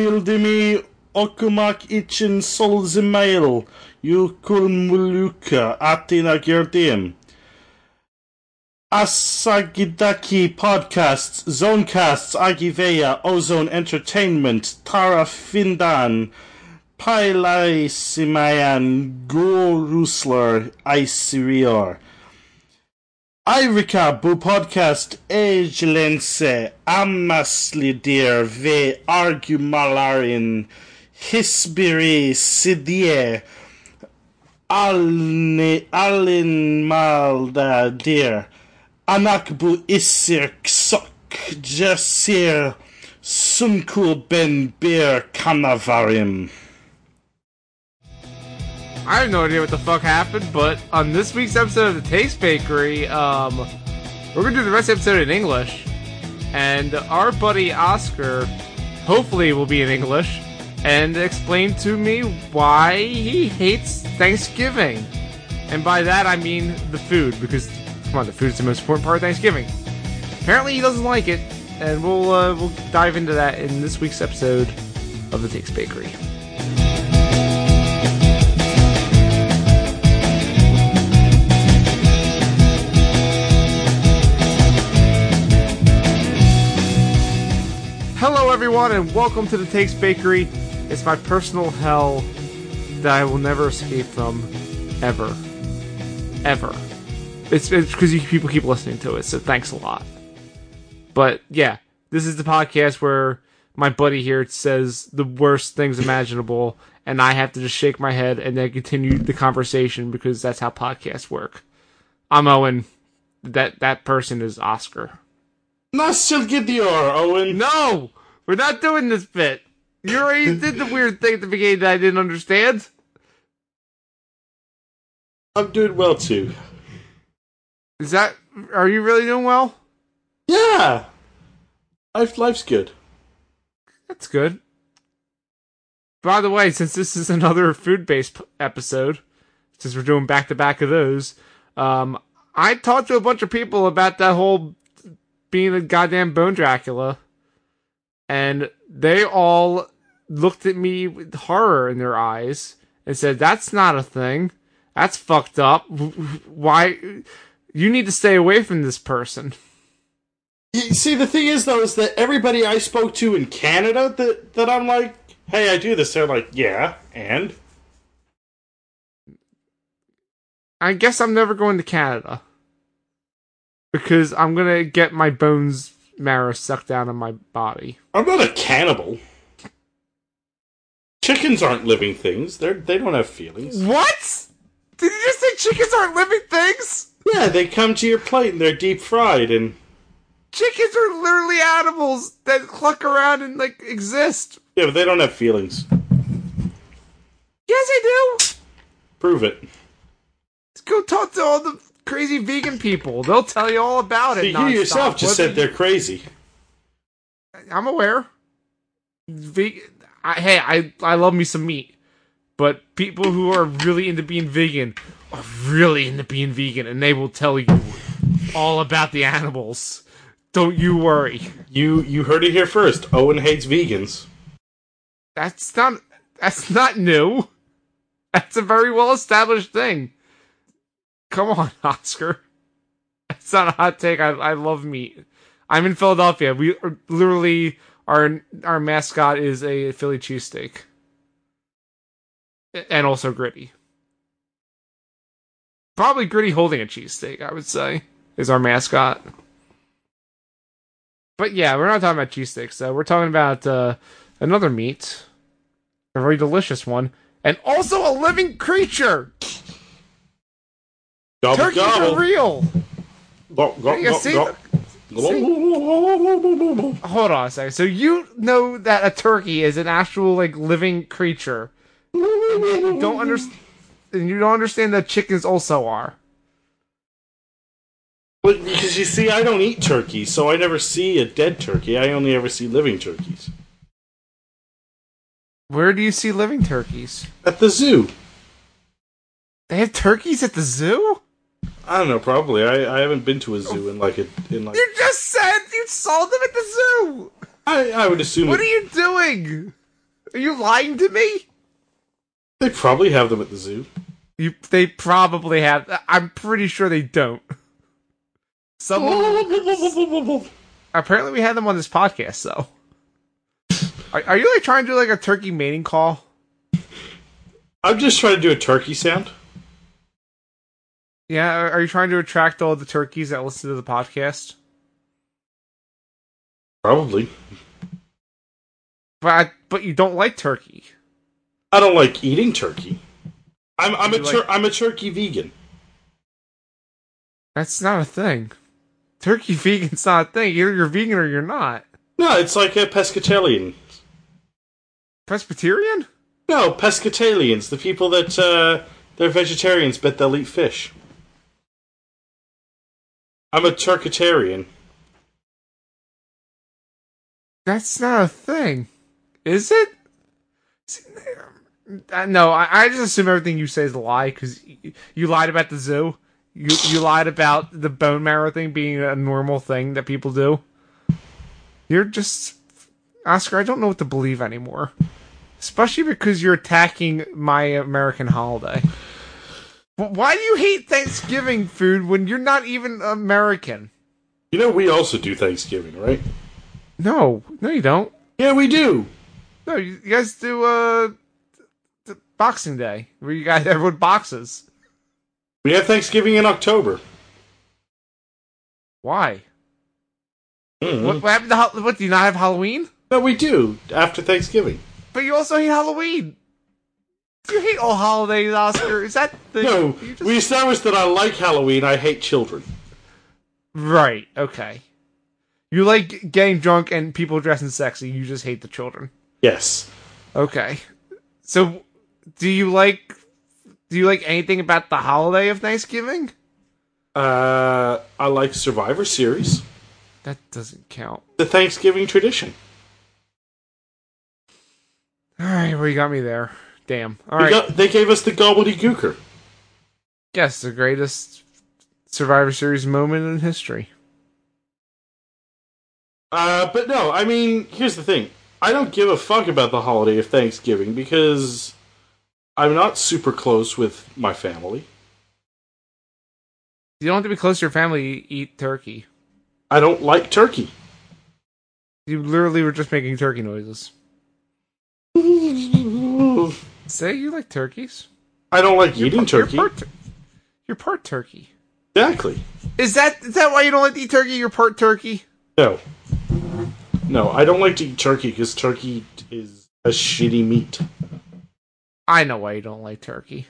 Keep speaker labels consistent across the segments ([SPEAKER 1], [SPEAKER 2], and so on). [SPEAKER 1] Bulbildimi okumak için solzemail yükümlülük atına girdim. Asagidaki Podcasts, Zonecasts, Agivea, Ozone Entertainment, Tarafindan, Pailaisimayan, Gorusler, Isirior. Irika bu podcast ejlense amaslidir ve argumalarin hispiri sidie alne alin malda dir anak bu isir ksok jasir sunkul ben bir kanavarim.
[SPEAKER 2] I have no idea what the fuck happened, but on this week's episode of the Taste Bakery, um, we're gonna do the rest of the episode in English, and our buddy Oscar, hopefully, will be in English, and explain to me why he hates Thanksgiving, and by that I mean the food, because come on, the food's the most important part of Thanksgiving. Apparently, he doesn't like it, and we'll uh, we'll dive into that in this week's episode of the Taste Bakery. Hello, everyone, and welcome to the Takes Bakery. It's my personal hell that I will never escape from, ever, ever. It's because you people keep listening to it, so thanks a lot. But yeah, this is the podcast where my buddy here says the worst things imaginable, and I have to just shake my head and then continue the conversation because that's how podcasts work. I'm Owen. That that person is Oscar.
[SPEAKER 1] Nasıl gidiyor Owen?
[SPEAKER 2] No, we're not doing this bit. You already did the weird thing at the beginning that I didn't understand.
[SPEAKER 1] I'm doing well too.
[SPEAKER 2] Is that? Are you really doing well?
[SPEAKER 1] Yeah, life life's good.
[SPEAKER 2] That's good. By the way, since this is another food-based p- episode, since we're doing back-to-back of those, um, I talked to a bunch of people about that whole being a goddamn bone Dracula, and they all looked at me with horror in their eyes and said, "That's not a thing. That's fucked up. Why? You need to stay away from this person."
[SPEAKER 1] You see, the thing is, though, is that everybody I spoke to in Canada that that I'm like, hey, I do this, they're like, yeah, and
[SPEAKER 2] I guess I'm never going to Canada because I'm gonna get my bones marrow sucked out of my body.
[SPEAKER 1] I'm not a cannibal. Chickens aren't living things. They're they don't have feelings.
[SPEAKER 2] What? Did you just say chickens aren't living things?
[SPEAKER 1] Yeah, they come to your plate and they're deep fried, and
[SPEAKER 2] Chickens are literally animals that cluck around and like exist.
[SPEAKER 1] yeah, but they don't have feelings.
[SPEAKER 2] Yes, I do.
[SPEAKER 1] Prove it.
[SPEAKER 2] Let's go talk to all the crazy vegan people. They'll tell you all about it.
[SPEAKER 1] See, you yourself
[SPEAKER 2] nonstop,
[SPEAKER 1] just
[SPEAKER 2] whether
[SPEAKER 1] said they're crazy.
[SPEAKER 2] I'm aware. Ve- I, hey, I I love me some meat, but people who are really into being vegan are really into being vegan, and they will tell you all about the animals. Don't you worry.
[SPEAKER 1] You you heard it here first. Owen hates vegans.
[SPEAKER 2] That's not that's not new. That's a very well established thing. Come on, Oscar. That's not a hot take. I, I love meat. I'm in Philadelphia. We are literally our our mascot is a Philly cheesesteak. And also gritty. Probably gritty holding a cheesesteak, I would say, is our mascot. But yeah, we're not talking about cheesesteaks, though. We're talking about uh, another meat, a very delicious one, and also a living creature.
[SPEAKER 1] Gobble
[SPEAKER 2] Turkeys are
[SPEAKER 1] gobble.
[SPEAKER 2] real.
[SPEAKER 1] Gobble, gobble,
[SPEAKER 2] Yeah, see?
[SPEAKER 1] gobble. Gobble.
[SPEAKER 2] Hold on a second. So you know that a turkey is an actual like living creature. You don't understand, and you don't understand that chickens also are.
[SPEAKER 1] But because you see, I don't eat turkey, so I never see a dead turkey. I only ever see living turkeys
[SPEAKER 2] Where do you see living turkeys?
[SPEAKER 1] at the zoo.
[SPEAKER 2] They have turkeys at the zoo.
[SPEAKER 1] I don't know. Probably I, I haven't been to a zoo in like a in like
[SPEAKER 2] You just said you saw them at the zoo.
[SPEAKER 1] I, I would assume
[SPEAKER 2] What
[SPEAKER 1] that
[SPEAKER 2] are you doing? Are you lying to me?
[SPEAKER 1] they probably have them at the zoo.
[SPEAKER 2] You, they probably have. I'm pretty sure they don't. Someone apparently we had them on this podcast. So, are, are you like trying to do like a turkey mating call?
[SPEAKER 1] I'm just trying to do a turkey sound.
[SPEAKER 2] Yeah, are, are you trying to attract all the turkeys that listen to the podcast?
[SPEAKER 1] Probably.
[SPEAKER 2] But I, but you don't like turkey.
[SPEAKER 1] I don't like eating turkey. I'm I'm a
[SPEAKER 2] You
[SPEAKER 1] tur-
[SPEAKER 2] like-
[SPEAKER 1] I'm a turkey vegan.
[SPEAKER 2] That's not a thing. Turkey vegan's not a thing. Either you're vegan or you're not.
[SPEAKER 1] No, it's like a pescatarian.
[SPEAKER 2] Presbyterian?
[SPEAKER 1] No, pescatarians, the people that uh, they're vegetarians but they'll eat fish. I'm a turkitarian.
[SPEAKER 2] That's not a thing, is it? See, I- No, I, I just assume everything you say is a lie because you lied about the zoo. You you lied about the bone marrow thing being a normal thing that people do. You're just Oscar. I don't know what to believe anymore, especially because you're attacking my American holiday. But Why do you hate Thanksgiving food when you're not even American?
[SPEAKER 1] You know, we also do Thanksgiving, right?
[SPEAKER 2] No, no, you don't.
[SPEAKER 1] Yeah, we do.
[SPEAKER 2] No, you, you guys do uh th- Boxing Day where you guys everyone boxes.
[SPEAKER 1] We have Thanksgiving in October.
[SPEAKER 2] Why?
[SPEAKER 1] Mm.
[SPEAKER 2] What, what happened to Hal- what? Do you not have Halloween?
[SPEAKER 1] No, we do after Thanksgiving.
[SPEAKER 2] But you also hate Halloween. You hate all holidays, Oscar. Is that the
[SPEAKER 1] No,
[SPEAKER 2] you just-
[SPEAKER 1] we established that I like Halloween. I hate children.
[SPEAKER 2] right? Okay. You like getting drunk and people dressing sexy. You just hate the children.
[SPEAKER 1] Yes.
[SPEAKER 2] Okay. So, do you like do you like anything about the holiday of Thanksgiving?
[SPEAKER 1] Uh, I like Survivor Series,
[SPEAKER 2] That doesn't count.
[SPEAKER 1] the Thanksgiving tradition.
[SPEAKER 2] All right, well you got me there. Damn. All
[SPEAKER 1] We
[SPEAKER 2] right.
[SPEAKER 1] got- they gave us the gobbledygooker.
[SPEAKER 2] Yes, the greatest Survivor Series moment in history.
[SPEAKER 1] Uh, but no, I mean, here's the thing. I don't give a fuck about the holiday of Thanksgiving because I'm not super close with my family.
[SPEAKER 2] You don't have to be close to your family to eat turkey.
[SPEAKER 1] I don't like turkey.
[SPEAKER 2] You literally were just making turkey noises.
[SPEAKER 1] I
[SPEAKER 2] Say you like turkeys?
[SPEAKER 1] don't like eating turkey.
[SPEAKER 2] You're part, tur- you're part turkey.
[SPEAKER 1] Exactly.
[SPEAKER 2] Is that is that why you don't like to eat turkey? You're part turkey?
[SPEAKER 1] No. No, I don't like to eat turkey because turkey is a shitty meat.
[SPEAKER 2] I know why you don't like turkey.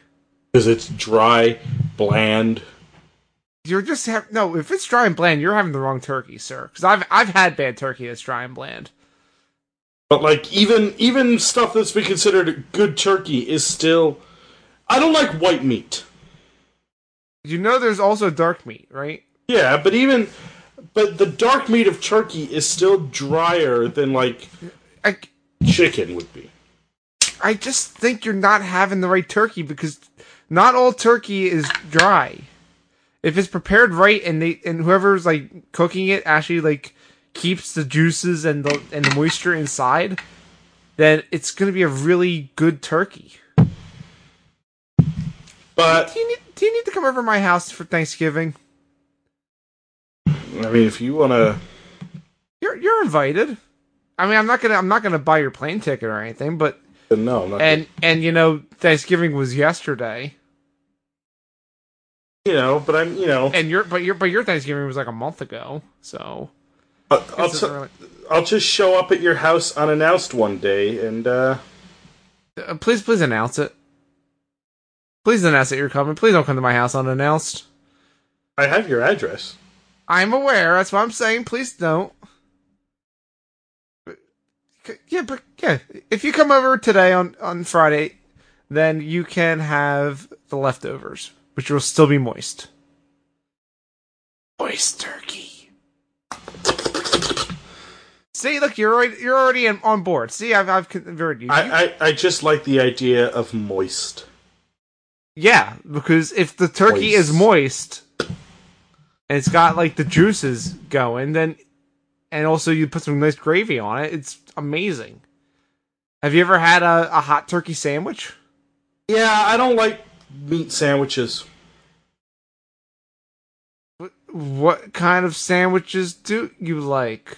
[SPEAKER 1] Because it's dry, bland.
[SPEAKER 2] You're just have no. If it's dry and bland, you're having the wrong turkey, sir. Because I've I've had bad turkey that's dry and bland.
[SPEAKER 1] But like even even stuff that's been considered good turkey is still I don't like white meat.
[SPEAKER 2] You know, there's also dark meat, right?
[SPEAKER 1] Yeah, but even but the dark meat of turkey is still drier than like
[SPEAKER 2] I
[SPEAKER 1] chicken would be.
[SPEAKER 2] I just think you're not having the right turkey because not all turkey is dry. If it's prepared right and they and whoever's like cooking it actually like keeps the juices and the and the moisture inside, then it's gonna be a really good turkey.
[SPEAKER 1] But
[SPEAKER 2] Do you need do you need to come over to my house for Thanksgiving?
[SPEAKER 1] I mean, if you want to,
[SPEAKER 2] You're you're invited. I mean I'm not gonna I'm not gonna buy your plane ticket or anything, but
[SPEAKER 1] no, I'm not.
[SPEAKER 2] and and you know, Thanksgiving was yesterday.
[SPEAKER 1] you know, but I'm, you know,
[SPEAKER 2] And your but your but your Thanksgiving was like a month ago, so
[SPEAKER 1] I'll, I'll,
[SPEAKER 2] This
[SPEAKER 1] t-
[SPEAKER 2] isn't really-
[SPEAKER 1] I'll just show up at your house unannounced one day, and uh
[SPEAKER 2] Uh, please, please announce it. Please announce that you're coming. Please don't come to my house unannounced.
[SPEAKER 1] I have your address.
[SPEAKER 2] I'm aware. That's what I'm saying. Please don't. But- Yeah, but yeah, if you come over today on on Friday, then you can have the leftovers, which will still be moist. Moist turkey. See, look, you're already, you're already in, on board. See, I've I've converted you.
[SPEAKER 1] I, I I just like the idea of moist.
[SPEAKER 2] Yeah, because if the turkey
[SPEAKER 1] Moist.
[SPEAKER 2] is moist and it's got like the juices going, then and also you put some nice gravy on it. It's amazing. Have you ever had a, a hot turkey sandwich?
[SPEAKER 1] Yeah, I don't like meat sandwiches.
[SPEAKER 2] What kind of sandwiches do you like?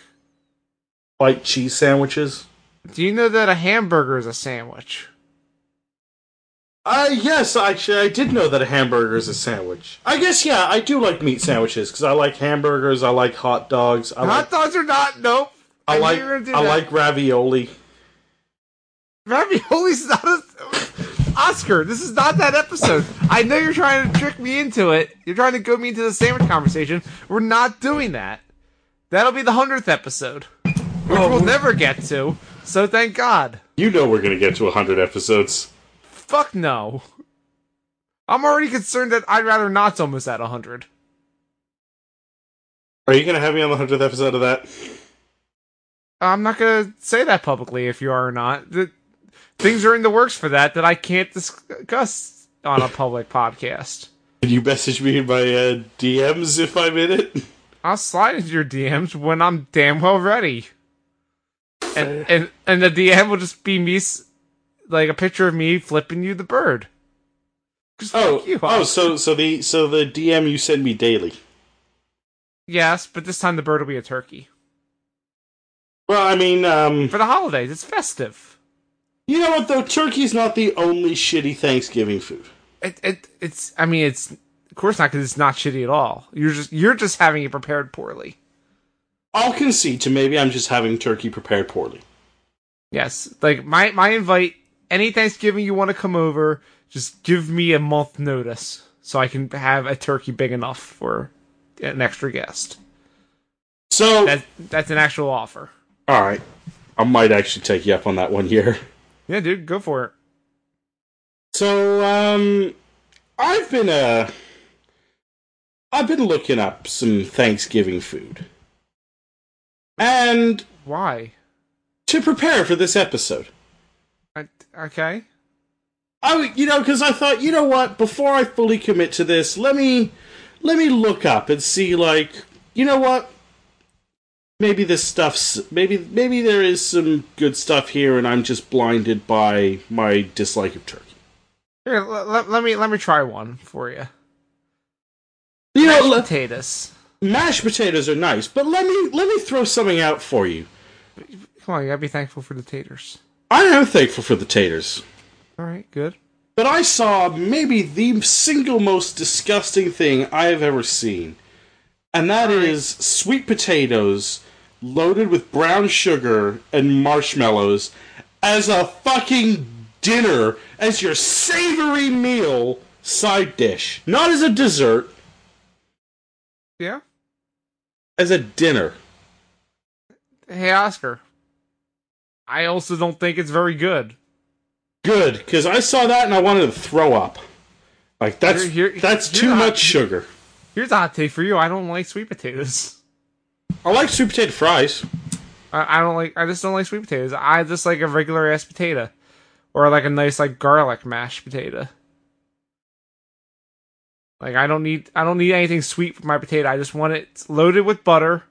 [SPEAKER 1] Like cheese sandwiches.
[SPEAKER 2] Do you know that a hamburger is a sandwich?
[SPEAKER 1] Uh, yes, actually, I did know that a hamburger is a sandwich. I guess, yeah, I do like meat sandwiches because I like hamburgers, I like hot dogs, I
[SPEAKER 2] hot
[SPEAKER 1] like,
[SPEAKER 2] dogs are not. Nope.
[SPEAKER 1] I
[SPEAKER 2] knew
[SPEAKER 1] like,
[SPEAKER 2] you were gonna do
[SPEAKER 1] I
[SPEAKER 2] that.
[SPEAKER 1] like ravioli.
[SPEAKER 2] Ravioli's not a. Oscar, this is not that episode. I know you're trying to trick me into it. You're trying to go me into the sandwich conversation. We're not doing that. That'll be the 100th episode, which we'll never get to, so thank God.
[SPEAKER 1] You know we're gonna get to hundred episodes.
[SPEAKER 2] Fuck no. I'm already concerned that I'd rather not's almost at 100.
[SPEAKER 1] Are you gonna have me on the hundredth episode of that?
[SPEAKER 2] I'm not gonna say that publicly if you are or not. The, things are in the works for that that I can't discuss on a public podcast.
[SPEAKER 1] Can you message me in my uh, DMs if I'm in it?
[SPEAKER 2] I'll slide into your DMs when I'm damn well ready. And and and the DM will just be me, s- like a picture of me flipping you the bird. Just
[SPEAKER 1] Oh,
[SPEAKER 2] like you.
[SPEAKER 1] oh, so so the so the DM you send me daily.
[SPEAKER 2] yes, but this time the bird will be a turkey
[SPEAKER 1] Well, I mean, um,
[SPEAKER 2] for the holidays. It's festive.
[SPEAKER 1] you know what though? Turkey's not the only shitty Thanksgiving food.
[SPEAKER 2] It, it it's. I mean, it's of course not because it's not shitty at all. You're just you're just having it prepared poorly.
[SPEAKER 1] I'll concede to maybe I'm just having turkey prepared poorly.
[SPEAKER 2] Yes, like my my invite. Any Thanksgiving you want to come over, just give me a month notice so I can have a turkey big enough for an extra guest.
[SPEAKER 1] So
[SPEAKER 2] That that's an actual offer.
[SPEAKER 1] All right. I might actually take you up on that one here.
[SPEAKER 2] Yeah, dude, go for it.
[SPEAKER 1] So, um, I've been, uh, I've been looking up some Thanksgiving food. And
[SPEAKER 2] Why?
[SPEAKER 1] to prepare for this episode,
[SPEAKER 2] I, okay.
[SPEAKER 1] I, w- you know, because I thought, you know what, before I fully commit to this, let me, let me look up and see, like, you know what, maybe this stuff's, maybe, maybe there is some good stuff here and I'm just blinded by my dislike of turkey.
[SPEAKER 2] Here, l- l- let me let me try one for you.
[SPEAKER 1] You know,
[SPEAKER 2] Mashed
[SPEAKER 1] let-
[SPEAKER 2] potatoes.
[SPEAKER 1] mashed potatoes are nice, but let me let me throw something out for you.
[SPEAKER 2] Come on, you gotta be thankful for the taters.
[SPEAKER 1] I am thankful for the taters,
[SPEAKER 2] All right, good.
[SPEAKER 1] but I saw maybe the single most disgusting thing I have ever seen, and that is sweet potatoes loaded with brown sugar and marshmallows as a fucking dinner, as your savory meal side dish, not as a dessert,
[SPEAKER 2] Yeah.
[SPEAKER 1] as a dinner.
[SPEAKER 2] Hey, Oscar. I also don't think it's very good.
[SPEAKER 1] Good, because I saw that and I wanted to throw up. Like that's
[SPEAKER 2] You're- you're-
[SPEAKER 1] that's
[SPEAKER 2] you're
[SPEAKER 1] too
[SPEAKER 2] not-
[SPEAKER 1] much sugar.
[SPEAKER 2] Here's a hot take for you. I don't like sweet potatoes.
[SPEAKER 1] I like sweet potato fries.
[SPEAKER 2] I, I don't like. I just don't like sweet potatoes. I just like a regular ass potato, or like a nice like garlic mashed potato. Like I don't need. I don't need anything sweet for my potato. I just want it loaded with butter,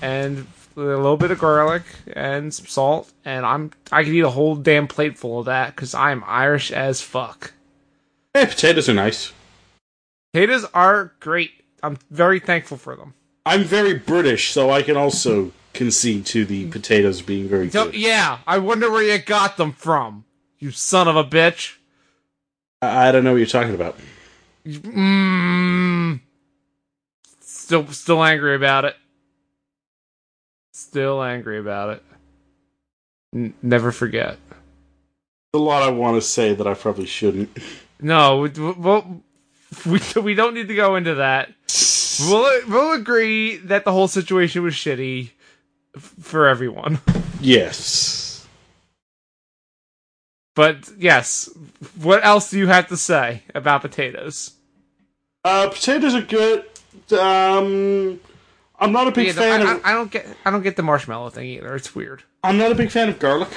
[SPEAKER 2] and a little bit of garlic and some salt, and I'm. I could eat a whole damn plateful of that because I'm Irish as fuck.
[SPEAKER 1] Hey, Eh, potatoes are nice.
[SPEAKER 2] Potatoes are great. I'm very thankful for them.
[SPEAKER 1] I'm very British, so I can also concede to the potatoes being very
[SPEAKER 2] So,
[SPEAKER 1] good.
[SPEAKER 2] yeah, I wonder where you got them from, you son of a bitch.
[SPEAKER 1] I I don't know what you're talking about.
[SPEAKER 2] Mm, still, still angry about it. Still angry about it. N- never forget.
[SPEAKER 1] There's a lot I want to say that I probably shouldn't.
[SPEAKER 2] No, we- we- well, we we don't need to go into that. We'll we'll agree that the whole situation was shitty f- for everyone.
[SPEAKER 1] Yes.
[SPEAKER 2] But yes, what else do you have to say about potatoes?
[SPEAKER 1] Uh, potatoes are good. Um, I'm not a big
[SPEAKER 2] Yeah, no,
[SPEAKER 1] fan
[SPEAKER 2] I,
[SPEAKER 1] of.
[SPEAKER 2] I- I don't get I don't get the marshmallow thing either. It's weird.
[SPEAKER 1] I'm not a big fan of garlic.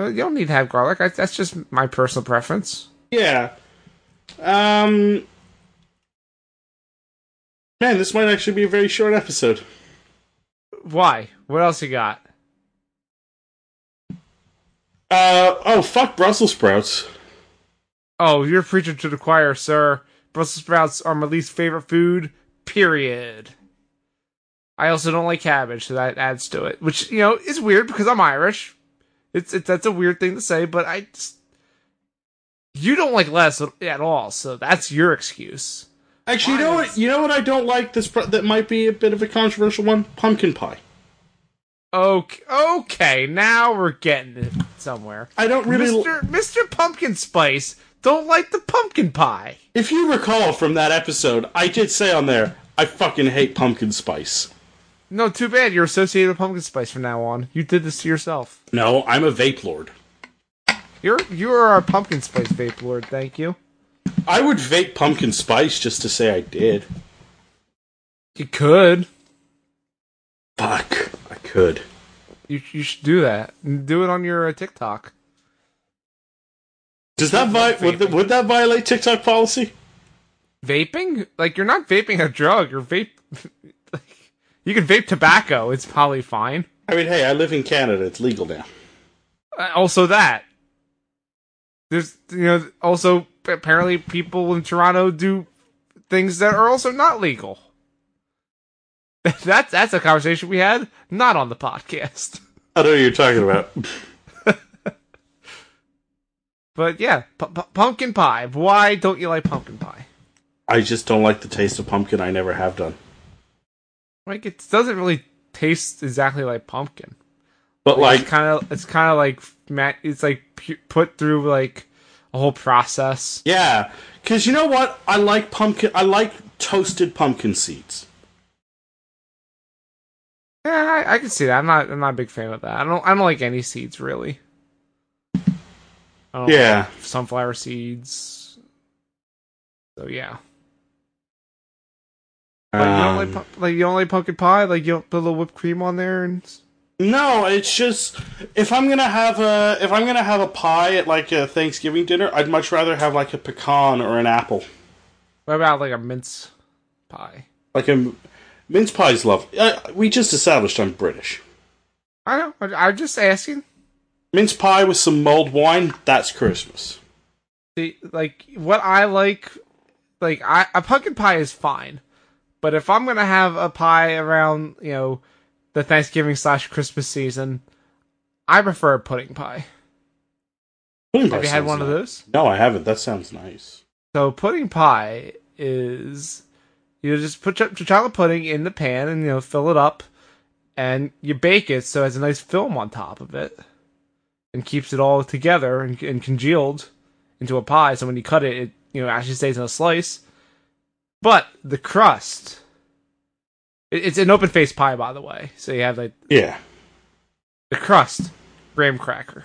[SPEAKER 2] Uh, You don't need to have garlic. I, that's just my personal preference.
[SPEAKER 1] Yeah. Um. Man, this might actually be a very short episode.
[SPEAKER 2] Why? What else you got?
[SPEAKER 1] Uh, oh, fuck Brussels sprouts.
[SPEAKER 2] Oh, you're preaching to the choir, sir. Brussels sprouts are my least favorite food. Period. I also don't like cabbage, so that adds to it, which you know is weird because I'm Irish. It's, it's that's a weird thing to say, but I just you don't like lettuce at all, so that's your excuse.
[SPEAKER 1] Actually, you know what? You know what I don't like. This pro- that might be a bit of a controversial one. Pumpkin pie.
[SPEAKER 2] Okay, okay, now we're getting it somewhere.
[SPEAKER 1] I don't really.
[SPEAKER 2] Mr. Mr. Pumpkin Spice don't like the pumpkin pie.
[SPEAKER 1] If you recall from that episode, I did say on there, I fucking hate pumpkin spice.
[SPEAKER 2] No, too bad. You're associated with pumpkin spice from now on. You did this to yourself.
[SPEAKER 1] No, I'm a vape lord.
[SPEAKER 2] You're you are our pumpkin spice vape lord. Thank you.
[SPEAKER 1] I would vape pumpkin spice just to say I did.
[SPEAKER 2] You could.
[SPEAKER 1] Fuck, I could.
[SPEAKER 2] You you should do that. Do it on your uh, TikTok.
[SPEAKER 1] Does that vi- would, th- would that violate TikTok policy?
[SPEAKER 2] Vaping? Like you're not vaping a drug. You're vape. like, you can vape tobacco. It's probably fine.
[SPEAKER 1] I mean, hey, I live in Canada. It's legal now.
[SPEAKER 2] Uh, also that. There's you know also apparently people in Toronto do things that are also not legal. that's that's a conversation we had, not on the podcast.
[SPEAKER 1] I know what you're talking about.
[SPEAKER 2] but yeah, p- p- pumpkin pie. Why don't you like pumpkin pie?
[SPEAKER 1] I just don't like the taste of pumpkin. I never have done.
[SPEAKER 2] Like it doesn't really taste exactly like pumpkin.
[SPEAKER 1] But like,
[SPEAKER 2] kind of, it's kind of like ma- it's like pu- put through like a whole process.
[SPEAKER 1] yeah, because you know what? I like pumpkin. I like toasted pumpkin seeds.
[SPEAKER 2] Yeah, I, I can see that. I'm not. I'm not a big fan of that. I don't. I don't like any seeds really. I don't
[SPEAKER 1] Yeah.
[SPEAKER 2] like sunflower seeds. So yeah, like, you don't like,
[SPEAKER 1] Um,
[SPEAKER 2] pu- like you don't like pumpkin pie. Like you don't put a little whipped cream on there and s-
[SPEAKER 1] No, it's just if I'm gonna have a if I'm gonna have a pie at like a Thanksgiving dinner, I'd much rather have like a pecan or an apple.
[SPEAKER 2] what about like a mince pie?
[SPEAKER 1] Like a m- mince pie's love. Uh, we just established I'm British.
[SPEAKER 2] I don't. know. I- I'm just asking.
[SPEAKER 1] Mince pie with some mulled wine. That's Christmas.
[SPEAKER 2] the like what I like like I a pumpkin pie is fine. But if I'm gonna have a pie around, you know, the Thanksgiving slash Christmas season, I prefer a pudding pie.
[SPEAKER 1] Pudding
[SPEAKER 2] Have
[SPEAKER 1] pie
[SPEAKER 2] you had
[SPEAKER 1] sounds
[SPEAKER 2] one of
[SPEAKER 1] nice.
[SPEAKER 2] those?
[SPEAKER 1] No, I haven't. That sounds nice.
[SPEAKER 2] So pudding pie is you just put ch- chocolate pudding in the pan and you know fill it up, and you bake it so it has a nice film on top of it, and keeps it all together and, and congealed into a pie. So when you cut it, it you know actually stays in a slice. But the crust, it, it's an open faced pie by the way. So you have like
[SPEAKER 1] Yeah.
[SPEAKER 2] the crust, graham cracker,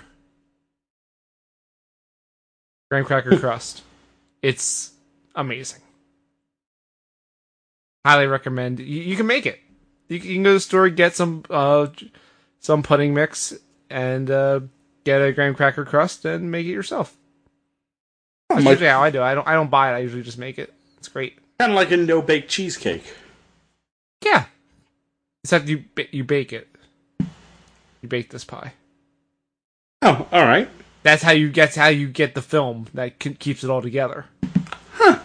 [SPEAKER 2] graham cracker crust. It's amazing. Highly recommend. You, you can make it. You, can- you can go to the store, get some uh, j- some pudding mix, and uh, get a graham cracker crust and make it yourself. That's
[SPEAKER 1] Like,
[SPEAKER 2] usually how I do. it. I don't. I don't buy it. I usually just make it. It's great.
[SPEAKER 1] kind of like a no bake cheesecake.
[SPEAKER 2] Yeah. Except you ba- you bake it. You bake this pie.
[SPEAKER 1] Oh, all right.
[SPEAKER 2] That's how you get how you get the film that ke- keeps it all together. Huh.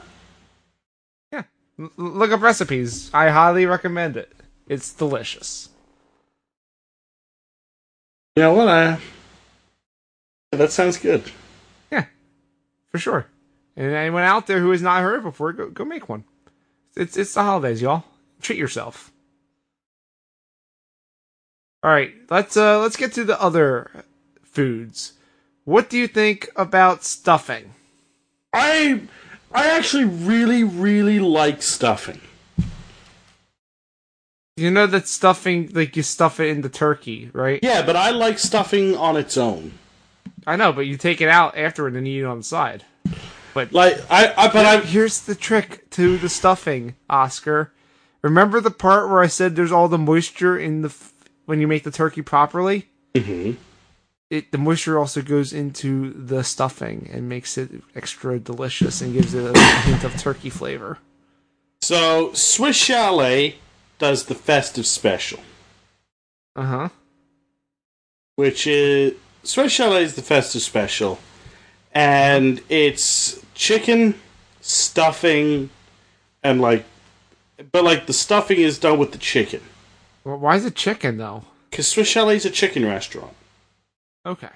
[SPEAKER 2] Yeah. L- look up recipes. I highly recommend it. It's delicious.
[SPEAKER 1] You know what? I that sounds good.
[SPEAKER 2] Yeah. For sure. And anyone out there who has not heard it before, go go make one. It's it's the holidays, y'all. Treat yourself. All right, let's uh let's get to the other foods. What do you think about stuffing?
[SPEAKER 1] I I actually really really like stuffing.
[SPEAKER 2] You know that stuffing, like you stuff it into turkey, right?
[SPEAKER 1] Yeah, but I like stuffing on its own.
[SPEAKER 2] I know, but you take it out afterward and eat it on the side.
[SPEAKER 1] Like I, I but I
[SPEAKER 2] Here's the trick to the stuffing, Oscar. Remember the part where I said there's all the moisture in the f- when you make the turkey properly?
[SPEAKER 1] Mhm.
[SPEAKER 2] It the moisture also goes into the stuffing and makes it extra delicious and gives it a hint of turkey flavor.
[SPEAKER 1] So Swiss Chalet does the festive special,
[SPEAKER 2] Uh huh.
[SPEAKER 1] which is Swiss Chalet is the festive special, and it's chicken stuffing, and like, but like the stuffing is done with the chicken
[SPEAKER 2] Well, why is it chicken though?
[SPEAKER 1] because Swiss Chalet is a chicken restaurant.
[SPEAKER 2] Okay.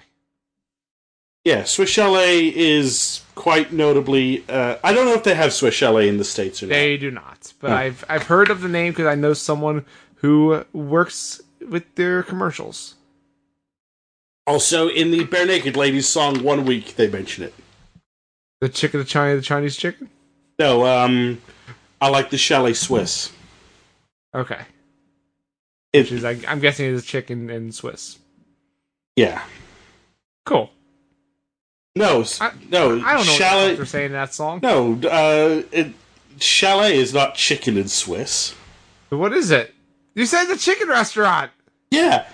[SPEAKER 1] Yeah, Swiss Chalet is quite notably. Uh, I don't know if they have Swiss Chalet in the states or not.
[SPEAKER 2] They do not, but I've I've heard of the name because I know someone who works with their commercials.
[SPEAKER 1] also, in the Bare Naked Ladies song "One Week," they mention it.
[SPEAKER 2] The chicken, the China, the Chinese chicken.
[SPEAKER 1] No, um, I like the Chalet Swiss.
[SPEAKER 2] Okay,
[SPEAKER 1] It,
[SPEAKER 2] she's like I'm guessing it is chicken and Swiss.
[SPEAKER 1] yeah.
[SPEAKER 2] Cool.
[SPEAKER 1] No, s-
[SPEAKER 2] I-
[SPEAKER 1] no.
[SPEAKER 2] I don't know what the fuck
[SPEAKER 1] Chalet.
[SPEAKER 2] they're saying in that song.
[SPEAKER 1] No, uh, it, Chalet is not chicken in Swiss.
[SPEAKER 2] But What is it? You said the chicken restaurant.
[SPEAKER 1] Yeah.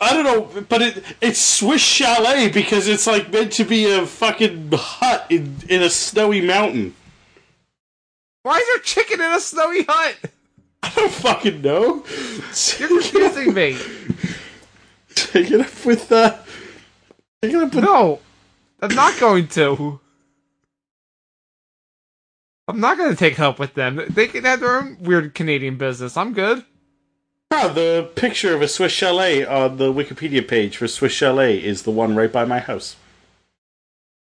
[SPEAKER 1] I don't know, but it it's Swiss chalet because it's like meant to be a fucking hut in, in a snowy mountain.
[SPEAKER 2] Why is there chicken in a snowy hut?
[SPEAKER 1] I don't fucking know.
[SPEAKER 2] You're confusing me.
[SPEAKER 1] Take it up with uh Take it up with
[SPEAKER 2] No, I'm not going to. I'm not going to take help with them. They can have their own weird Canadian business. I'm good.
[SPEAKER 1] Ah, the picture of a Swiss chalet on the Wikipedia page for Swiss chalet is the one right by my house.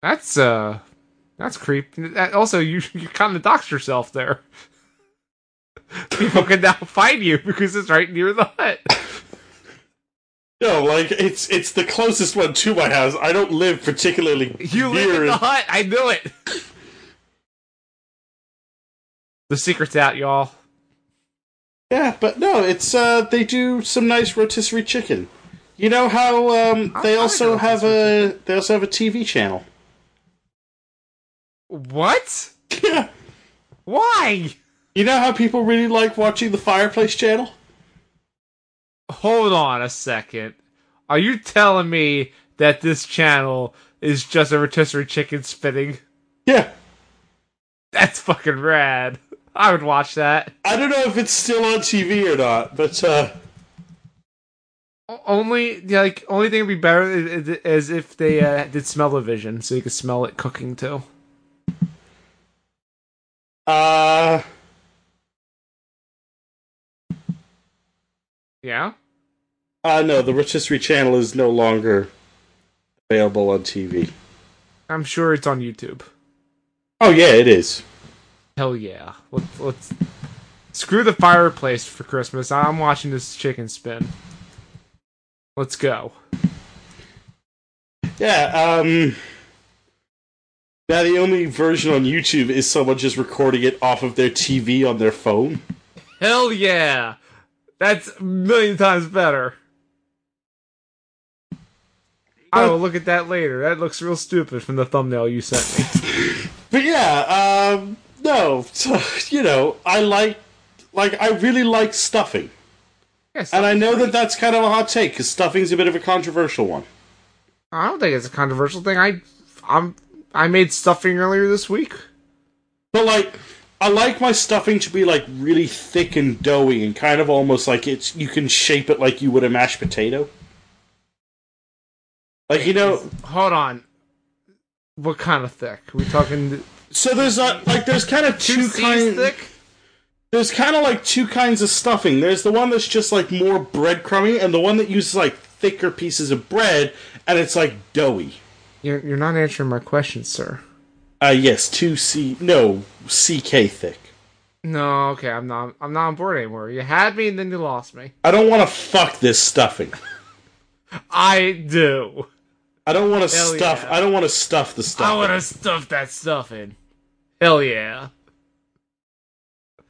[SPEAKER 2] That's uh, that's creepy. That, also, you you kind of doxed yourself there. People can now find you because it's right near the hut.
[SPEAKER 1] No, like it's it's the closest one to my house. I don't live particularly
[SPEAKER 2] You
[SPEAKER 1] near
[SPEAKER 2] live in the
[SPEAKER 1] it.
[SPEAKER 2] hut. I knew it. The secret's out, y'all.
[SPEAKER 1] Yeah, but no, it's uh they do some nice rotisserie chicken. You know how um
[SPEAKER 2] I
[SPEAKER 1] they
[SPEAKER 2] like
[SPEAKER 1] also have
[SPEAKER 2] rotisserie
[SPEAKER 1] a they also have a TV channel.
[SPEAKER 2] What?
[SPEAKER 1] Yeah.
[SPEAKER 2] Why?
[SPEAKER 1] You know how people really like watching the fireplace channel?
[SPEAKER 2] Hold on a second. Are you telling me that this channel is just a rotisserie chicken spinning?
[SPEAKER 1] Yeah.
[SPEAKER 2] That's fucking rad. I would watch that.
[SPEAKER 1] I don't know if it's still on TV or not, but uh
[SPEAKER 2] O- Only yeah, like only thing would be better is, is if they uh, did smell-o-vision, so you could smell it cooking too.
[SPEAKER 1] uh
[SPEAKER 2] Yeah.
[SPEAKER 1] uh no, the rotisserie channel is no longer available on TV.
[SPEAKER 2] I'm sure it's on YouTube.
[SPEAKER 1] Oh yeah, it is.
[SPEAKER 2] Hell yeah. Let's, let's screw the fireplace for Christmas. I'm watching this chicken spin. Let's go.
[SPEAKER 1] Yeah, um now the only version on YouTube is someone just recording it off of their TV on their phone.
[SPEAKER 2] Hell yeah. That's a million times better. I will look at that later. That looks real stupid from the thumbnail you sent me.
[SPEAKER 1] But yeah, um, no, you know, I like, like, I really like stuffing,
[SPEAKER 2] Yes,
[SPEAKER 1] and I know that that's kind of a hot take because stuffing's a bit of a controversial one.
[SPEAKER 2] I don't think it's a controversial thing. I I'm I made stuffing earlier this week.
[SPEAKER 1] But like, I like my stuffing to be like really thick and doughy, and kind of almost like it's you can shape it like you would a mashed potato. Like you know,
[SPEAKER 2] Hold on. What kind of thick? we talking
[SPEAKER 1] so there's not like there's kind of
[SPEAKER 2] two
[SPEAKER 1] two
[SPEAKER 2] C's
[SPEAKER 1] kinds.
[SPEAKER 2] thick?
[SPEAKER 1] There's kind of like two kinds of stuffing. There's the one that's just like more breadcrummy, and the one that uses like thicker pieces of bread, and it's like doughy.
[SPEAKER 2] You're you're not answering my question, sir.
[SPEAKER 1] Uh, yes, two C, no, CK thick.
[SPEAKER 2] No, okay, I'm not I'm not on board anymore. You had me and then you lost me.
[SPEAKER 1] I don't want to fuck this stuffing.
[SPEAKER 2] I do.
[SPEAKER 1] I don't want to
[SPEAKER 2] Hell
[SPEAKER 1] stuff.
[SPEAKER 2] yeah.
[SPEAKER 1] I don't want to stuff the
[SPEAKER 2] I
[SPEAKER 1] stuffing.
[SPEAKER 2] want to stuff that stuff in. Hell yeah.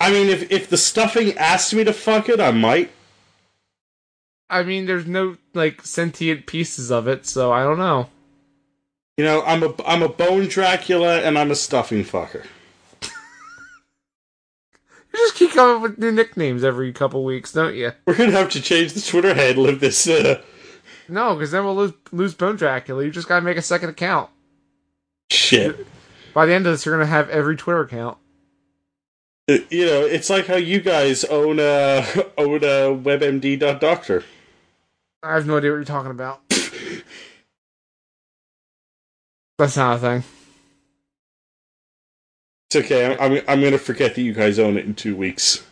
[SPEAKER 1] I mean, if if the stuffing asked me to fuck it, I might.
[SPEAKER 2] I mean, there's no like sentient pieces of it, so I don't know.
[SPEAKER 1] You know, I'm a I'm a bone Dracula, and I'm a stuffing fucker.
[SPEAKER 2] You just keep coming up with new nicknames every couple weeks, don't you?
[SPEAKER 1] We're gonna have to change the Twitter handle of this. Uh,
[SPEAKER 2] No, because then we'll lose, lose Bone Dracula. You just gotta make a second account.
[SPEAKER 1] shit.
[SPEAKER 2] By the end of this, you're gonna have every Twitter account.
[SPEAKER 1] It- you know, it's like how you guys own a own a WebMD.doctor.
[SPEAKER 2] I have no idea what you're talking about. That's not a thing.
[SPEAKER 1] It's okay. I'm I'm, I'm going to forget that you guys own it in two weeks.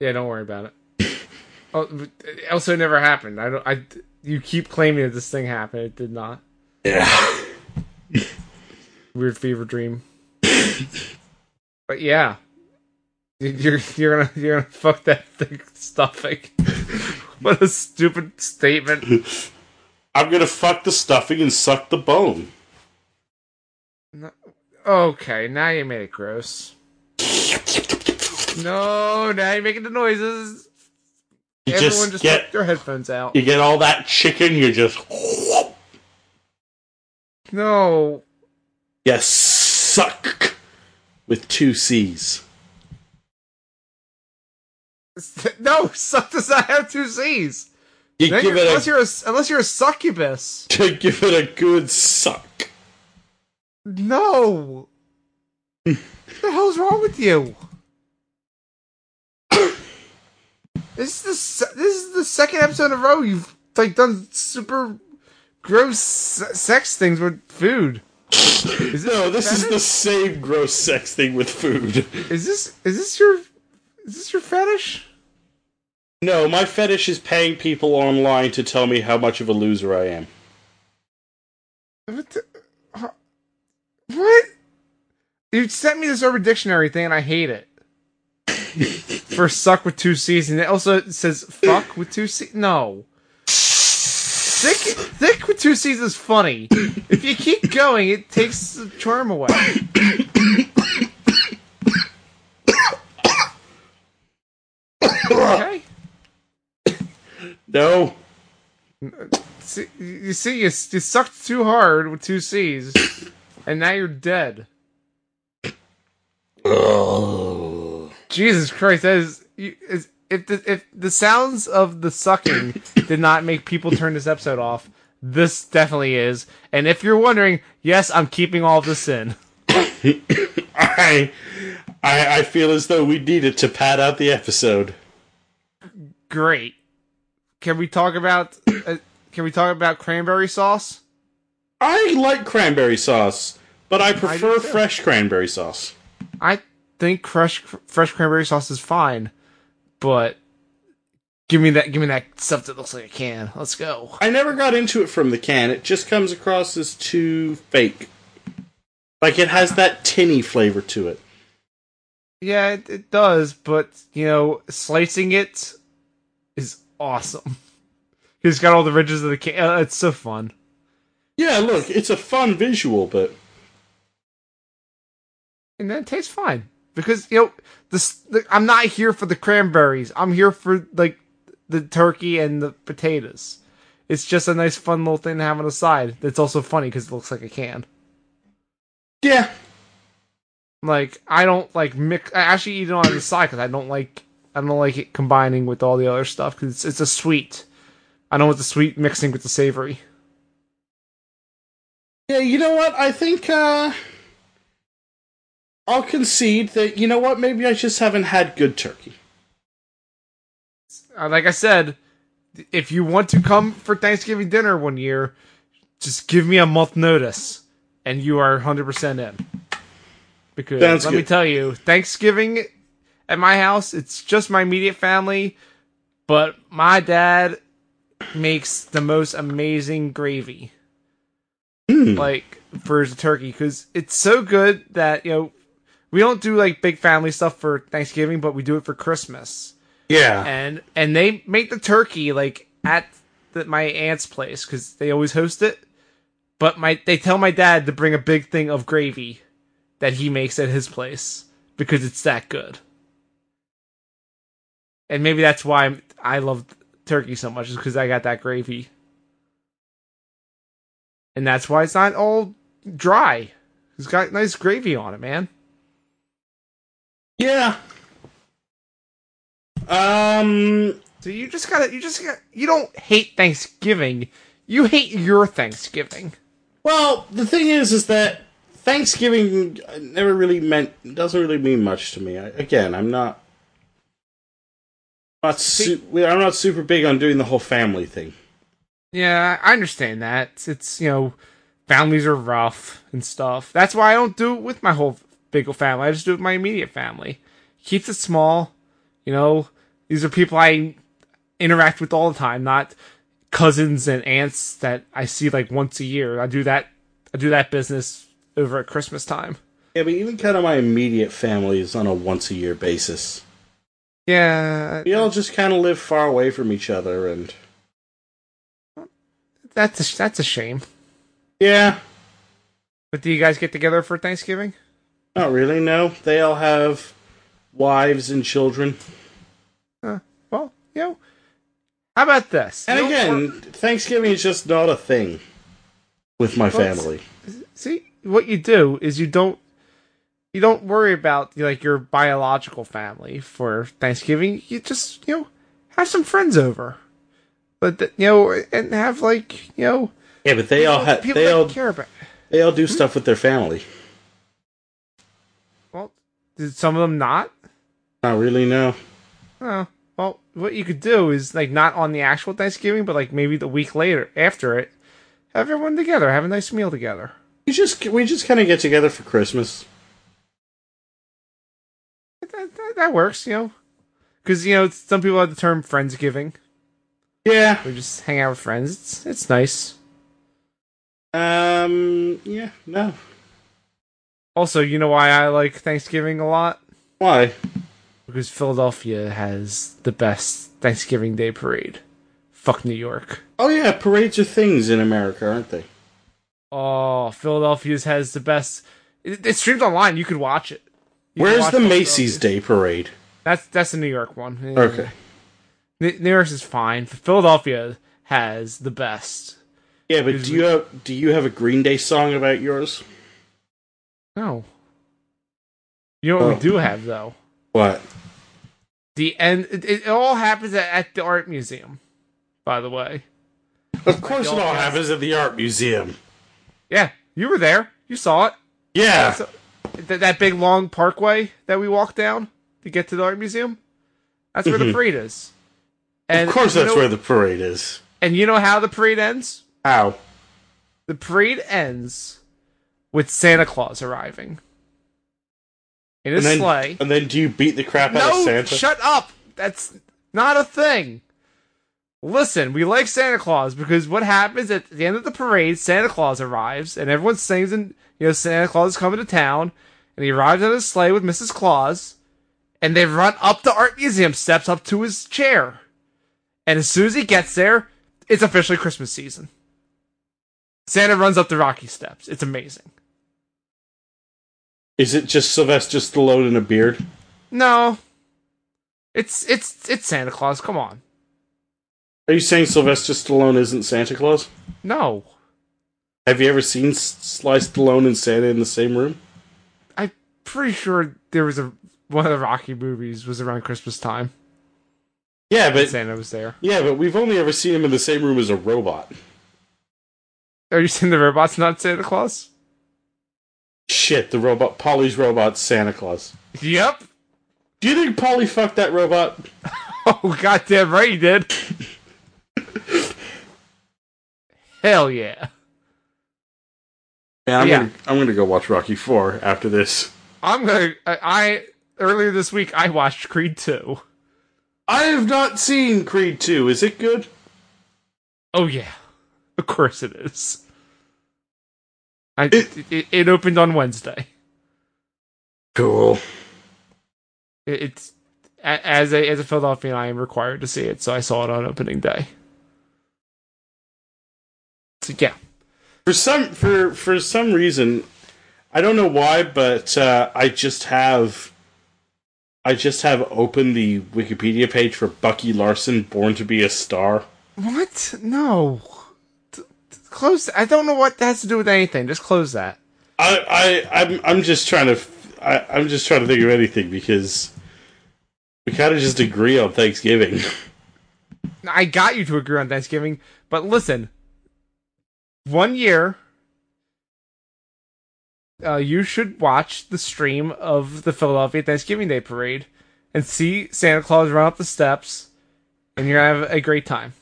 [SPEAKER 2] Yeah, don't worry about it. oh, but it also never happened. I don't. I. You keep claiming that this thing happened. It did not.
[SPEAKER 1] Yeah.
[SPEAKER 2] Weird fever dream. but yeah, You- you're you're gonna you're gonna fuck that thing stuffing. what a stupid statement.
[SPEAKER 1] I'm going to fuck the stuffing and suck the bone.
[SPEAKER 2] No- Okay, now you made it gross. No, now you're making the noises.
[SPEAKER 1] You
[SPEAKER 2] Everyone
[SPEAKER 1] just,
[SPEAKER 2] just
[SPEAKER 1] get
[SPEAKER 2] took their headphones out.
[SPEAKER 1] you get all that chicken. You just
[SPEAKER 2] No,
[SPEAKER 1] yes, suck with two C's.
[SPEAKER 2] no, suck does not have two C's.
[SPEAKER 1] You
[SPEAKER 2] Then
[SPEAKER 1] give
[SPEAKER 2] you're-
[SPEAKER 1] it a
[SPEAKER 2] unless you're a, unless you're a succubus.
[SPEAKER 1] to give it a good suck.
[SPEAKER 2] No. what the hell's wrong with you? this is the se- this is the second episode in a row you've like done super gross se- sex things with food. Oh, Is
[SPEAKER 1] No, this is the
[SPEAKER 2] fetish?
[SPEAKER 1] same gross sex thing with food.
[SPEAKER 2] Is this is this your is this your fetish?
[SPEAKER 1] No, my fetish is paying people online to tell me how much of a loser I am.
[SPEAKER 2] What? the- huh? What? You sent me this Urban Dictionary thing, and I hate it. For suck with two C's, and it also says fuck with two C's. No. Thick, thick with two C's is funny. If you keep going, it takes the charm away. okay.
[SPEAKER 1] No,
[SPEAKER 2] See, you see, you, you sucked too hard with two C's, and now you're dead. Jesus Christ, that is, you, is if the if the sounds of the sucking did not make people turn this episode off, this definitely is. And if you're wondering, yes, I'm keeping all this in.
[SPEAKER 1] I, I, I feel as though we needed to pad out the episode.
[SPEAKER 2] Great. Can we talk about? Uh, can we talk about cranberry sauce?
[SPEAKER 1] I like cranberry sauce, but I prefer
[SPEAKER 2] too.
[SPEAKER 1] fresh cranberry sauce.
[SPEAKER 2] I think fresh fresh cranberry sauce is fine, but give me that give me that stuff that looks like a can. Let's go.
[SPEAKER 1] I never got into it from the can. It just comes across as too fake. Like it has that tinny flavor to it.
[SPEAKER 2] Yeah, it, it does, but you know, slicing it is awesome. He's got all the ridges of the can. Uh, it's so fun.
[SPEAKER 1] Yeah, look, it's a fun visual, but
[SPEAKER 2] and then it tastes fine because you know this. The, I'm not here for the cranberries. I'm here for like the turkey and the potatoes. It's just a nice, fun little thing to have on the side. That's also funny because it looks like a can.
[SPEAKER 1] yeah,
[SPEAKER 2] Like I don't like mix. I actually eat it on the side because I don't like I don't like it combining with all the other stuff because it's, it's a sweet. I don't want the sweet mixing with the savory.
[SPEAKER 1] yeah. You know what? I think uh, I'll concede that. You know what? Maybe I just haven't had good turkey.
[SPEAKER 2] Uh, like I said, if you want to come for Thanksgiving dinner one year, just give me a month notice, and you are 100% in. Because
[SPEAKER 1] Sounds
[SPEAKER 2] let me
[SPEAKER 1] good.
[SPEAKER 2] tell you, Thanksgiving at my house, it's just my immediate family, but my dad makes the most amazing gravy.
[SPEAKER 1] Hmm.
[SPEAKER 2] Like for the turkey, because it's so good that you know we don't do like big family stuff for Thanksgiving, but we do it for Christmas
[SPEAKER 1] Yeah,
[SPEAKER 2] and and they make the turkey like at the, my aunt's place because they always host it. But my they tell my dad to bring a big thing of gravy that he makes at his place because it's that good. And maybe that's why I'm, I love turkey so much is because I got that gravy. And that's why it's not all dry. It's got nice gravy on it, man.
[SPEAKER 1] yeah. Um,
[SPEAKER 2] So you just gotta, you just got, you don't hate Thanksgiving. You hate your Thanksgiving.
[SPEAKER 1] Well, the thing is, is that Thanksgiving never really meant doesn't really mean much to me. I, again, I'm not not su- I'm not super big on doing the whole family thing.
[SPEAKER 2] Yeah, I understand that. It's, it's, you know, families are rough and stuff. That's why I don't do it with my whole big family. I just do it with my immediate family. Keeps it small. You know, these are people I interact with all the time, not cousins and aunts that I see like once a year. I do that. I do that business over at Christmas time.
[SPEAKER 1] Yeah, but even kind of my immediate family is on a once a year basis.
[SPEAKER 2] Yeah,
[SPEAKER 1] We all just kind of live far away from each other, and
[SPEAKER 2] that's a, sh- that's a shame.
[SPEAKER 1] yeah,
[SPEAKER 2] But do you guys get together for Thanksgiving?
[SPEAKER 1] not really. No, they all have wives and children.
[SPEAKER 2] Uh, well, you know, how about this?
[SPEAKER 1] And
[SPEAKER 2] You know,
[SPEAKER 1] again,
[SPEAKER 2] we're-
[SPEAKER 1] Thanksgiving is just not a thing with my
[SPEAKER 2] Well, it's-
[SPEAKER 1] family.
[SPEAKER 2] see what you do is you don't you don't worry about like your biological family for Thanksgiving. You just you know have some friends over, but th- you know and have like you know
[SPEAKER 1] Yeah, but they all ha-
[SPEAKER 2] people
[SPEAKER 1] they
[SPEAKER 2] that you
[SPEAKER 1] all
[SPEAKER 2] care about.
[SPEAKER 1] they all do stuff with their family.
[SPEAKER 2] Well, did some of them not?
[SPEAKER 1] Not really. No.
[SPEAKER 2] Oh, well, what you could do is like not on the actual Thanksgiving, but like maybe the week later after it, have everyone together, have a nice meal together.
[SPEAKER 1] We just we just kind of get together for Christmas.
[SPEAKER 2] That, that, that works, you know, because you know some people have the term friendsgiving.
[SPEAKER 1] Yeah.
[SPEAKER 2] We just hang out with friends. It's it's nice.
[SPEAKER 1] Um. Yeah. No.
[SPEAKER 2] Also, you know why I like Thanksgiving a lot
[SPEAKER 1] Why?
[SPEAKER 2] because Philadelphia has the best Thanksgiving Day parade. Fuck New York.
[SPEAKER 1] Oh yeah, parades are things in America, aren't they?
[SPEAKER 2] Oh, Philadelphia's has the best. It, it's streamed online. You could watch it. You can
[SPEAKER 1] Where's
[SPEAKER 2] watch
[SPEAKER 1] the
[SPEAKER 2] Philadelphia.
[SPEAKER 1] Macy's Day Parade?
[SPEAKER 2] That's that's the New York one. Yeah.
[SPEAKER 1] Okay.
[SPEAKER 2] N- New York's is fine. Philadelphia has the best.
[SPEAKER 1] Yeah, but do you have do you have a Green Day song about yours?
[SPEAKER 2] No. You know what
[SPEAKER 1] Oh.
[SPEAKER 2] we do have though.
[SPEAKER 1] What?
[SPEAKER 2] The end. It, it all happens at, at the art museum. By the way,
[SPEAKER 1] Of course, it
[SPEAKER 2] y'all
[SPEAKER 1] all
[SPEAKER 2] guys-
[SPEAKER 1] happens at the art museum.
[SPEAKER 2] yeah, you were there. You saw it.
[SPEAKER 1] Yeah.
[SPEAKER 2] So, th- that big long parkway that we walked down to get to the art museum. That's where the parade is. And
[SPEAKER 1] Mm-hmm. Of course,
[SPEAKER 2] you
[SPEAKER 1] that's
[SPEAKER 2] know-
[SPEAKER 1] where the parade is.
[SPEAKER 2] And you know how the parade ends?
[SPEAKER 1] Ow.
[SPEAKER 2] The parade ends with Santa Claus arriving in his
[SPEAKER 1] And then,
[SPEAKER 2] sleigh.
[SPEAKER 1] and then do you beat the crap out of
[SPEAKER 2] No,
[SPEAKER 1] Santa?
[SPEAKER 2] shut up. That's not a thing. Listen, we like Santa Claus because what happens at the end of the parade, Santa Claus arrives and everyone sings and you know Santa Claus is coming to town and he arrives on his sleigh with Mrs. Claus and they run up the art museum steps up to his chair. And as soon as he gets there, it's officially Christmas season. Santa runs up the rocky steps. It's amazing.
[SPEAKER 1] Is it just Sylvester Stallone in a beard?
[SPEAKER 2] No. It's it's it's Santa Claus. Come on.
[SPEAKER 1] Are you saying Sylvester Stallone isn't Santa Claus?
[SPEAKER 2] No.
[SPEAKER 1] Have you ever seen S- Sly Stallone and Santa in the same room?
[SPEAKER 2] I'm pretty sure there was a one of the Rocky movies was around Christmas time.
[SPEAKER 1] Yeah, but
[SPEAKER 2] Santa was there.
[SPEAKER 1] yeah, but we've only ever seen him in the same room as a robot.
[SPEAKER 2] Are you saying the robot's not Santa Claus?
[SPEAKER 1] Shit, the robot Polly's robot Santa Claus.
[SPEAKER 2] Yep.
[SPEAKER 1] Do you think Polly fucked that robot?
[SPEAKER 2] Oh goddamn right you did. Hell yeah.
[SPEAKER 1] Man, I'm
[SPEAKER 2] Yeah.
[SPEAKER 1] gonna I'm gonna go watch Rocky Four after this.
[SPEAKER 2] I'm gonna I, I earlier this week I watched Creed 2.
[SPEAKER 1] I have not seen Creed Two. Is it good?
[SPEAKER 2] Oh yeah. Of course it is. I it, it, it opened on Wednesday.
[SPEAKER 1] Cool.
[SPEAKER 2] It, it's a- as a as a Philadelphian, I am required to see it, so I saw it on opening day. So yeah,
[SPEAKER 1] For some for for some reason, I don't know why, but uh, I just have I just have opened the Wikipedia page for Bucky Larson, Born to Be a Star.
[SPEAKER 2] what? No, T- t- close. I don't know what that has to do with anything. Just close that.
[SPEAKER 1] I I I'm I'm just trying to f- I, I'm just trying to think of anything because we kind of just agree on Thanksgiving.
[SPEAKER 2] I got you to agree on Thanksgiving, but listen, one year uh, you should watch the stream of the Philadelphia Thanksgiving Day Parade and see Santa Claus run up the steps, and you're gonna have a great time.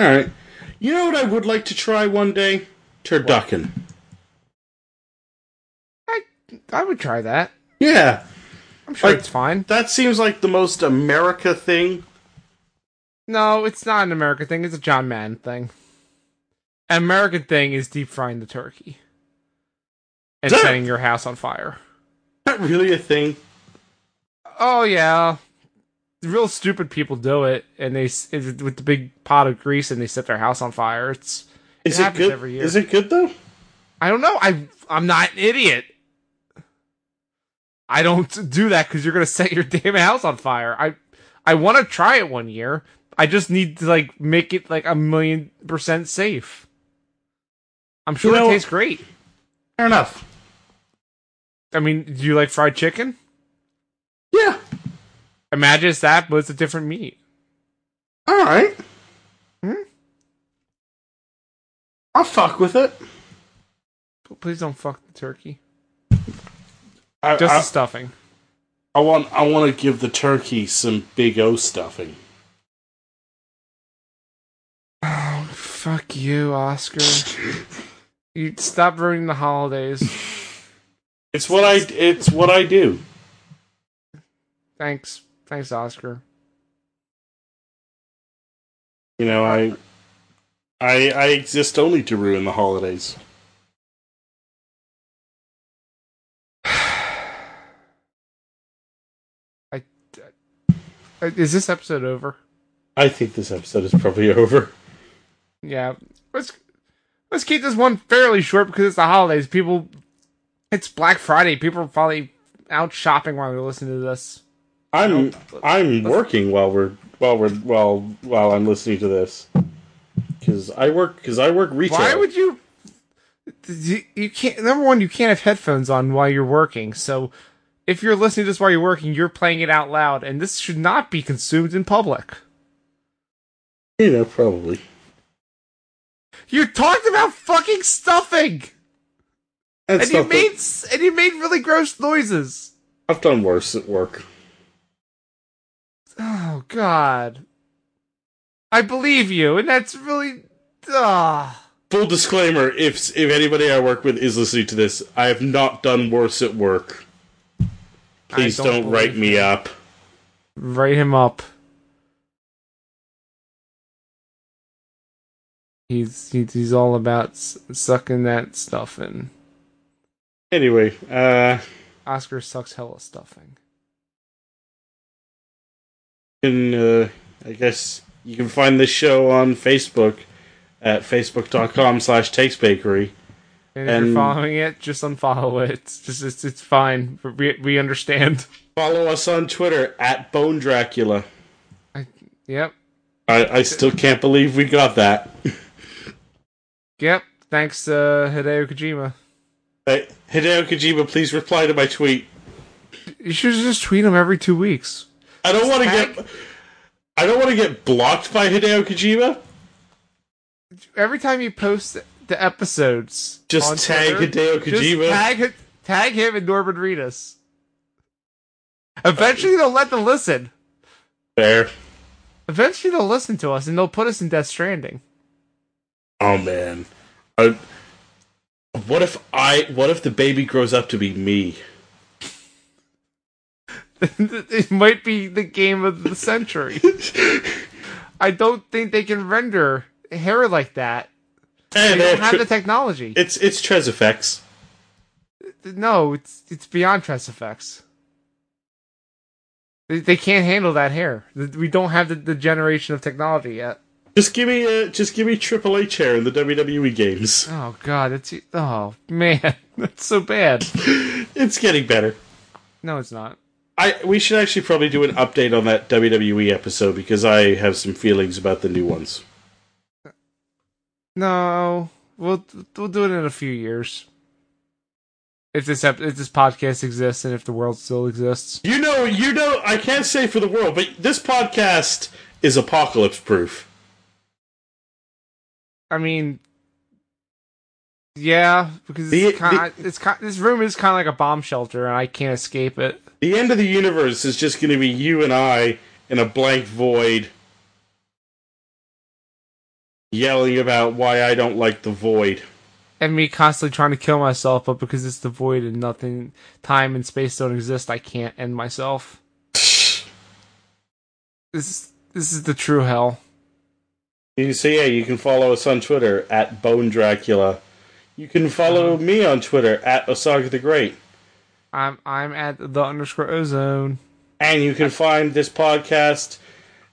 [SPEAKER 1] All right. You know what I would like to try one day? Turducken.
[SPEAKER 2] I I would try that.
[SPEAKER 1] Yeah,
[SPEAKER 2] I'm sure
[SPEAKER 1] Like-
[SPEAKER 2] it's fine.
[SPEAKER 1] that seems like the most America thing.
[SPEAKER 2] No, it's not an American thing. It's a John Madden thing. An American thing is deep frying the turkey and
[SPEAKER 1] Duh.
[SPEAKER 2] setting your house on fire.
[SPEAKER 1] Not really a thing.
[SPEAKER 2] Oh yeah, real stupid people do it, and they s- it- with the big pot of grease and they set their house on fire. It's
[SPEAKER 1] Is
[SPEAKER 2] It
[SPEAKER 1] it,
[SPEAKER 2] happens
[SPEAKER 1] good?
[SPEAKER 2] every year.
[SPEAKER 1] Is it good though?
[SPEAKER 2] I don't know. I I'm not an idiot. I don't do that because you're gonna set your damn house on fire. I I want to try it one year. I just need to like make it like a million percent safe. I'm sure
[SPEAKER 1] know-
[SPEAKER 2] it tastes great.
[SPEAKER 1] Fair enough.
[SPEAKER 2] I mean, do you like fried chicken?
[SPEAKER 1] Yeah.
[SPEAKER 2] Imagine it's that, but it's a different meat.
[SPEAKER 1] All right.
[SPEAKER 2] Hmm?
[SPEAKER 1] I'll fuck with it.
[SPEAKER 2] P- Please don't fuck the turkey.
[SPEAKER 1] I,
[SPEAKER 2] Just
[SPEAKER 1] I-
[SPEAKER 2] the stuffing.
[SPEAKER 1] I want I want to give the turkey some big O stuffing.
[SPEAKER 2] Oh, fuck you, Oscar. you stop ruining the holidays.
[SPEAKER 1] It's what I it's what I do.
[SPEAKER 2] Thanks, thanks, Oscar.
[SPEAKER 1] You know, I I I exist only to ruin the holidays.
[SPEAKER 2] Uh, Is this episode over?
[SPEAKER 1] I think this episode is probably over.
[SPEAKER 2] Yeah. Let's let's keep this one fairly short because it's the holidays. People, it's Black Friday. People are probably out shopping while they listen to this.
[SPEAKER 1] I'm I'm working while we're while we're while while I'm listening to this. Cuz I work cuz I work retail.
[SPEAKER 2] Why would you? You you can't. Number one, you can't have headphones on while you're working. So, if you're listening to this while you're working, you're playing it out loud, and this should not be consumed in public.
[SPEAKER 1] you know probably.
[SPEAKER 2] You talked about fucking stuffing,
[SPEAKER 1] And,
[SPEAKER 2] and you
[SPEAKER 1] stuff that-
[SPEAKER 2] made s- and you made really gross noises.
[SPEAKER 1] I've done worse at work.
[SPEAKER 2] Oh God, I believe you, and that's really. ah.
[SPEAKER 1] Full disclaimer: If if anybody I work with is listening to this, I have not done worse at work. Please
[SPEAKER 2] I
[SPEAKER 1] don't,
[SPEAKER 2] don't
[SPEAKER 1] write
[SPEAKER 2] believe
[SPEAKER 1] me up.
[SPEAKER 2] Write him up. He's he's he's all about s- sucking that stuffing.
[SPEAKER 1] Anyway, uh,
[SPEAKER 2] Oscar sucks hella stuffing.
[SPEAKER 1] you can, uh, I guess you can find this show on Facebook at facebook.com slash takesbakery.
[SPEAKER 2] And if
[SPEAKER 1] And-
[SPEAKER 2] you're following it, just unfollow it. It's just it's, it's fine. We we understand.
[SPEAKER 1] Follow us on Twitter at Bone Dracula.
[SPEAKER 2] I, yep.
[SPEAKER 1] I, I still can't believe we got that.
[SPEAKER 2] Yep. Thanks, uh, Hideo Kojima.
[SPEAKER 1] Hey, Hideo Kojima, please reply to my tweet.
[SPEAKER 2] You should just tweet him every two weeks.
[SPEAKER 1] I don't want to
[SPEAKER 2] Tag-
[SPEAKER 1] get I don't want to get blocked by Hideo Kojima.
[SPEAKER 2] Every time you post the episodes,
[SPEAKER 1] Just
[SPEAKER 2] on
[SPEAKER 1] tag
[SPEAKER 2] Twitter,
[SPEAKER 1] Hideo
[SPEAKER 2] just
[SPEAKER 1] Kojima.
[SPEAKER 2] tag tag him and Norman Reedus. Eventually, they'll let them listen.
[SPEAKER 1] Fair.
[SPEAKER 2] Eventually, they'll listen to us and they'll put us in Death Stranding.
[SPEAKER 1] Oh man, I, what if I? What if the baby grows up to be me?
[SPEAKER 2] it might be the game of the century. I don't think they can render hair like that.
[SPEAKER 1] And
[SPEAKER 2] They don't have the technology.
[SPEAKER 1] it's it's Trez effects.
[SPEAKER 2] no, it's it's beyond Tress Effects. They, they can't handle that hair. Th- We don't have the, the generation of technology yet.
[SPEAKER 1] Just give me a just give me Triple H hair in the WWE games.
[SPEAKER 2] Oh god, it's oh man, that's so bad.
[SPEAKER 1] It's getting better.
[SPEAKER 2] No, it's not.
[SPEAKER 1] I we should actually probably do an update on that WWE episode because I have some feelings about the new ones.
[SPEAKER 2] No, we'll we'll do it in a few years. If this ep- if this podcast exists and if the world still exists,
[SPEAKER 1] You know, you know, I can't say for the world, but this podcast is apocalypse proof.
[SPEAKER 2] I mean, Yeah, because
[SPEAKER 1] The-
[SPEAKER 2] it's kind, it's kind, this room is kind of like a bomb shelter, and I can't escape it.
[SPEAKER 1] The end of the universe is just going to be you and I in a blank void yelling about why I don't like the void.
[SPEAKER 2] And me constantly trying to kill myself, but because it's the void and nothing, time and space don't exist, I can't end myself. This this is the true hell.
[SPEAKER 1] You so yeah, you can follow us on Twitter at Bone Dracula. You can
[SPEAKER 2] Uh-huh.
[SPEAKER 1] follow me on Twitter at Osaka the Great.
[SPEAKER 2] I'm I'm at the underscore ozone.
[SPEAKER 1] And you can find this podcast,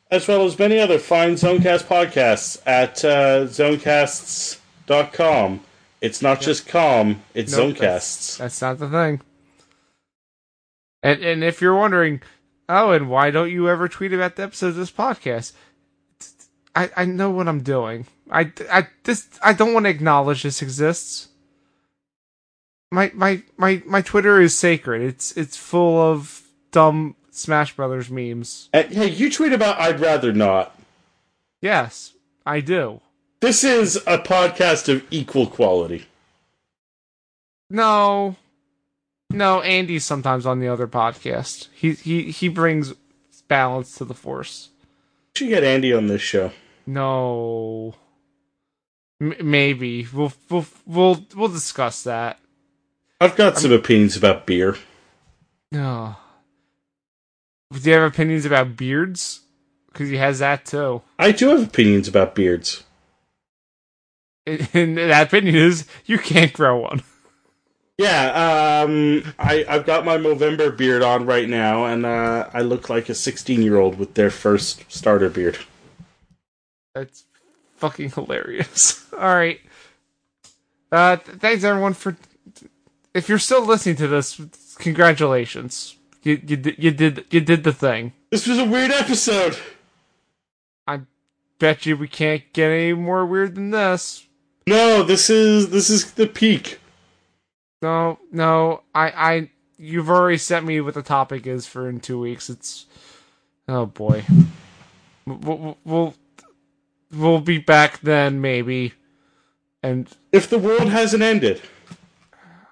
[SPEAKER 1] as well as many other fine Zonecast podcasts, at uh, zonecasts.com. It's not just com, it's
[SPEAKER 2] Nope,
[SPEAKER 1] Zonecasts.
[SPEAKER 2] That's not the thing. And and if you're wondering, oh, and why don't you ever tweet about the episodes of this podcast? I, I know what I'm doing. I, I this I don't want to acknowledge this exists. My my my my Twitter is sacred. It's it's full of dumb Smash Brothers memes.
[SPEAKER 1] And, hey, you tweet about I'd rather not.
[SPEAKER 2] Yes, I do.
[SPEAKER 1] This is a podcast of equal quality.
[SPEAKER 2] No. No, Andy's sometimes on the other podcast. He he he brings balance to the force.
[SPEAKER 1] We should get Andy on this show.
[SPEAKER 2] No. M- maybe we'll we'll we'll we'll discuss that.
[SPEAKER 1] I've got some opinions about beer.
[SPEAKER 2] No. Do you have opinions about beards? Because he has that too.
[SPEAKER 1] I do have opinions about beards.
[SPEAKER 2] And, and that opinion is you can't grow one.
[SPEAKER 1] Yeah, um, I, I've got my Movember beard on right now, and uh, I look like a 16 year old with their first starter beard.
[SPEAKER 2] That's fucking hilarious. All right. Uh, th- thanks everyone for. If you're still listening to this, congratulations. You you di- you did you did the thing.
[SPEAKER 1] This was a weird episode.
[SPEAKER 2] I bet you we can't get any more weird than this.
[SPEAKER 1] No, this is this is the peak.
[SPEAKER 2] No, no, I, I, you've already sent me what the topic is for in two weeks. It's, oh boy, we'll, we'll, we'll be back then maybe, and
[SPEAKER 1] If the world hasn't ended,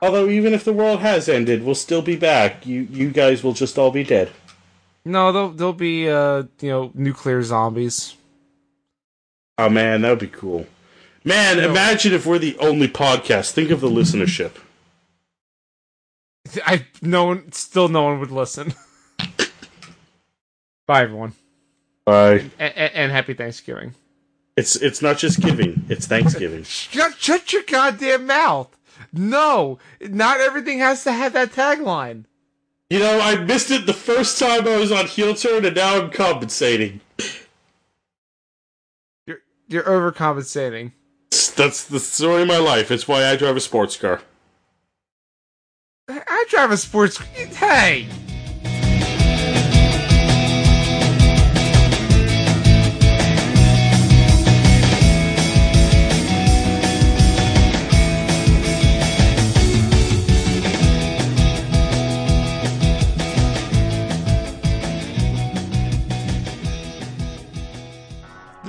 [SPEAKER 1] although even if the world has ended, we'll still be back. You you guys will just all be dead.
[SPEAKER 2] no, there'll there'll be uh you know nuclear zombies.
[SPEAKER 1] Oh man, that would be cool. Man, imagine if we're the only podcast. Think of the listenership.
[SPEAKER 2] I no one, still no one would listen. Bye everyone,
[SPEAKER 1] Bye.
[SPEAKER 2] and, and happy Thanksgiving.
[SPEAKER 1] It's it's not just giving. It's Thanksgiving.
[SPEAKER 2] Shut, shut your goddamn mouth. No, not everything has to have that tagline.
[SPEAKER 1] You know, I missed it the first time I was on heel turn, and now I'm compensating.
[SPEAKER 2] You're you're overcompensating.
[SPEAKER 1] That's the story of my life. It's why I drive a sports car.
[SPEAKER 2] I- I drive a sports. Hey.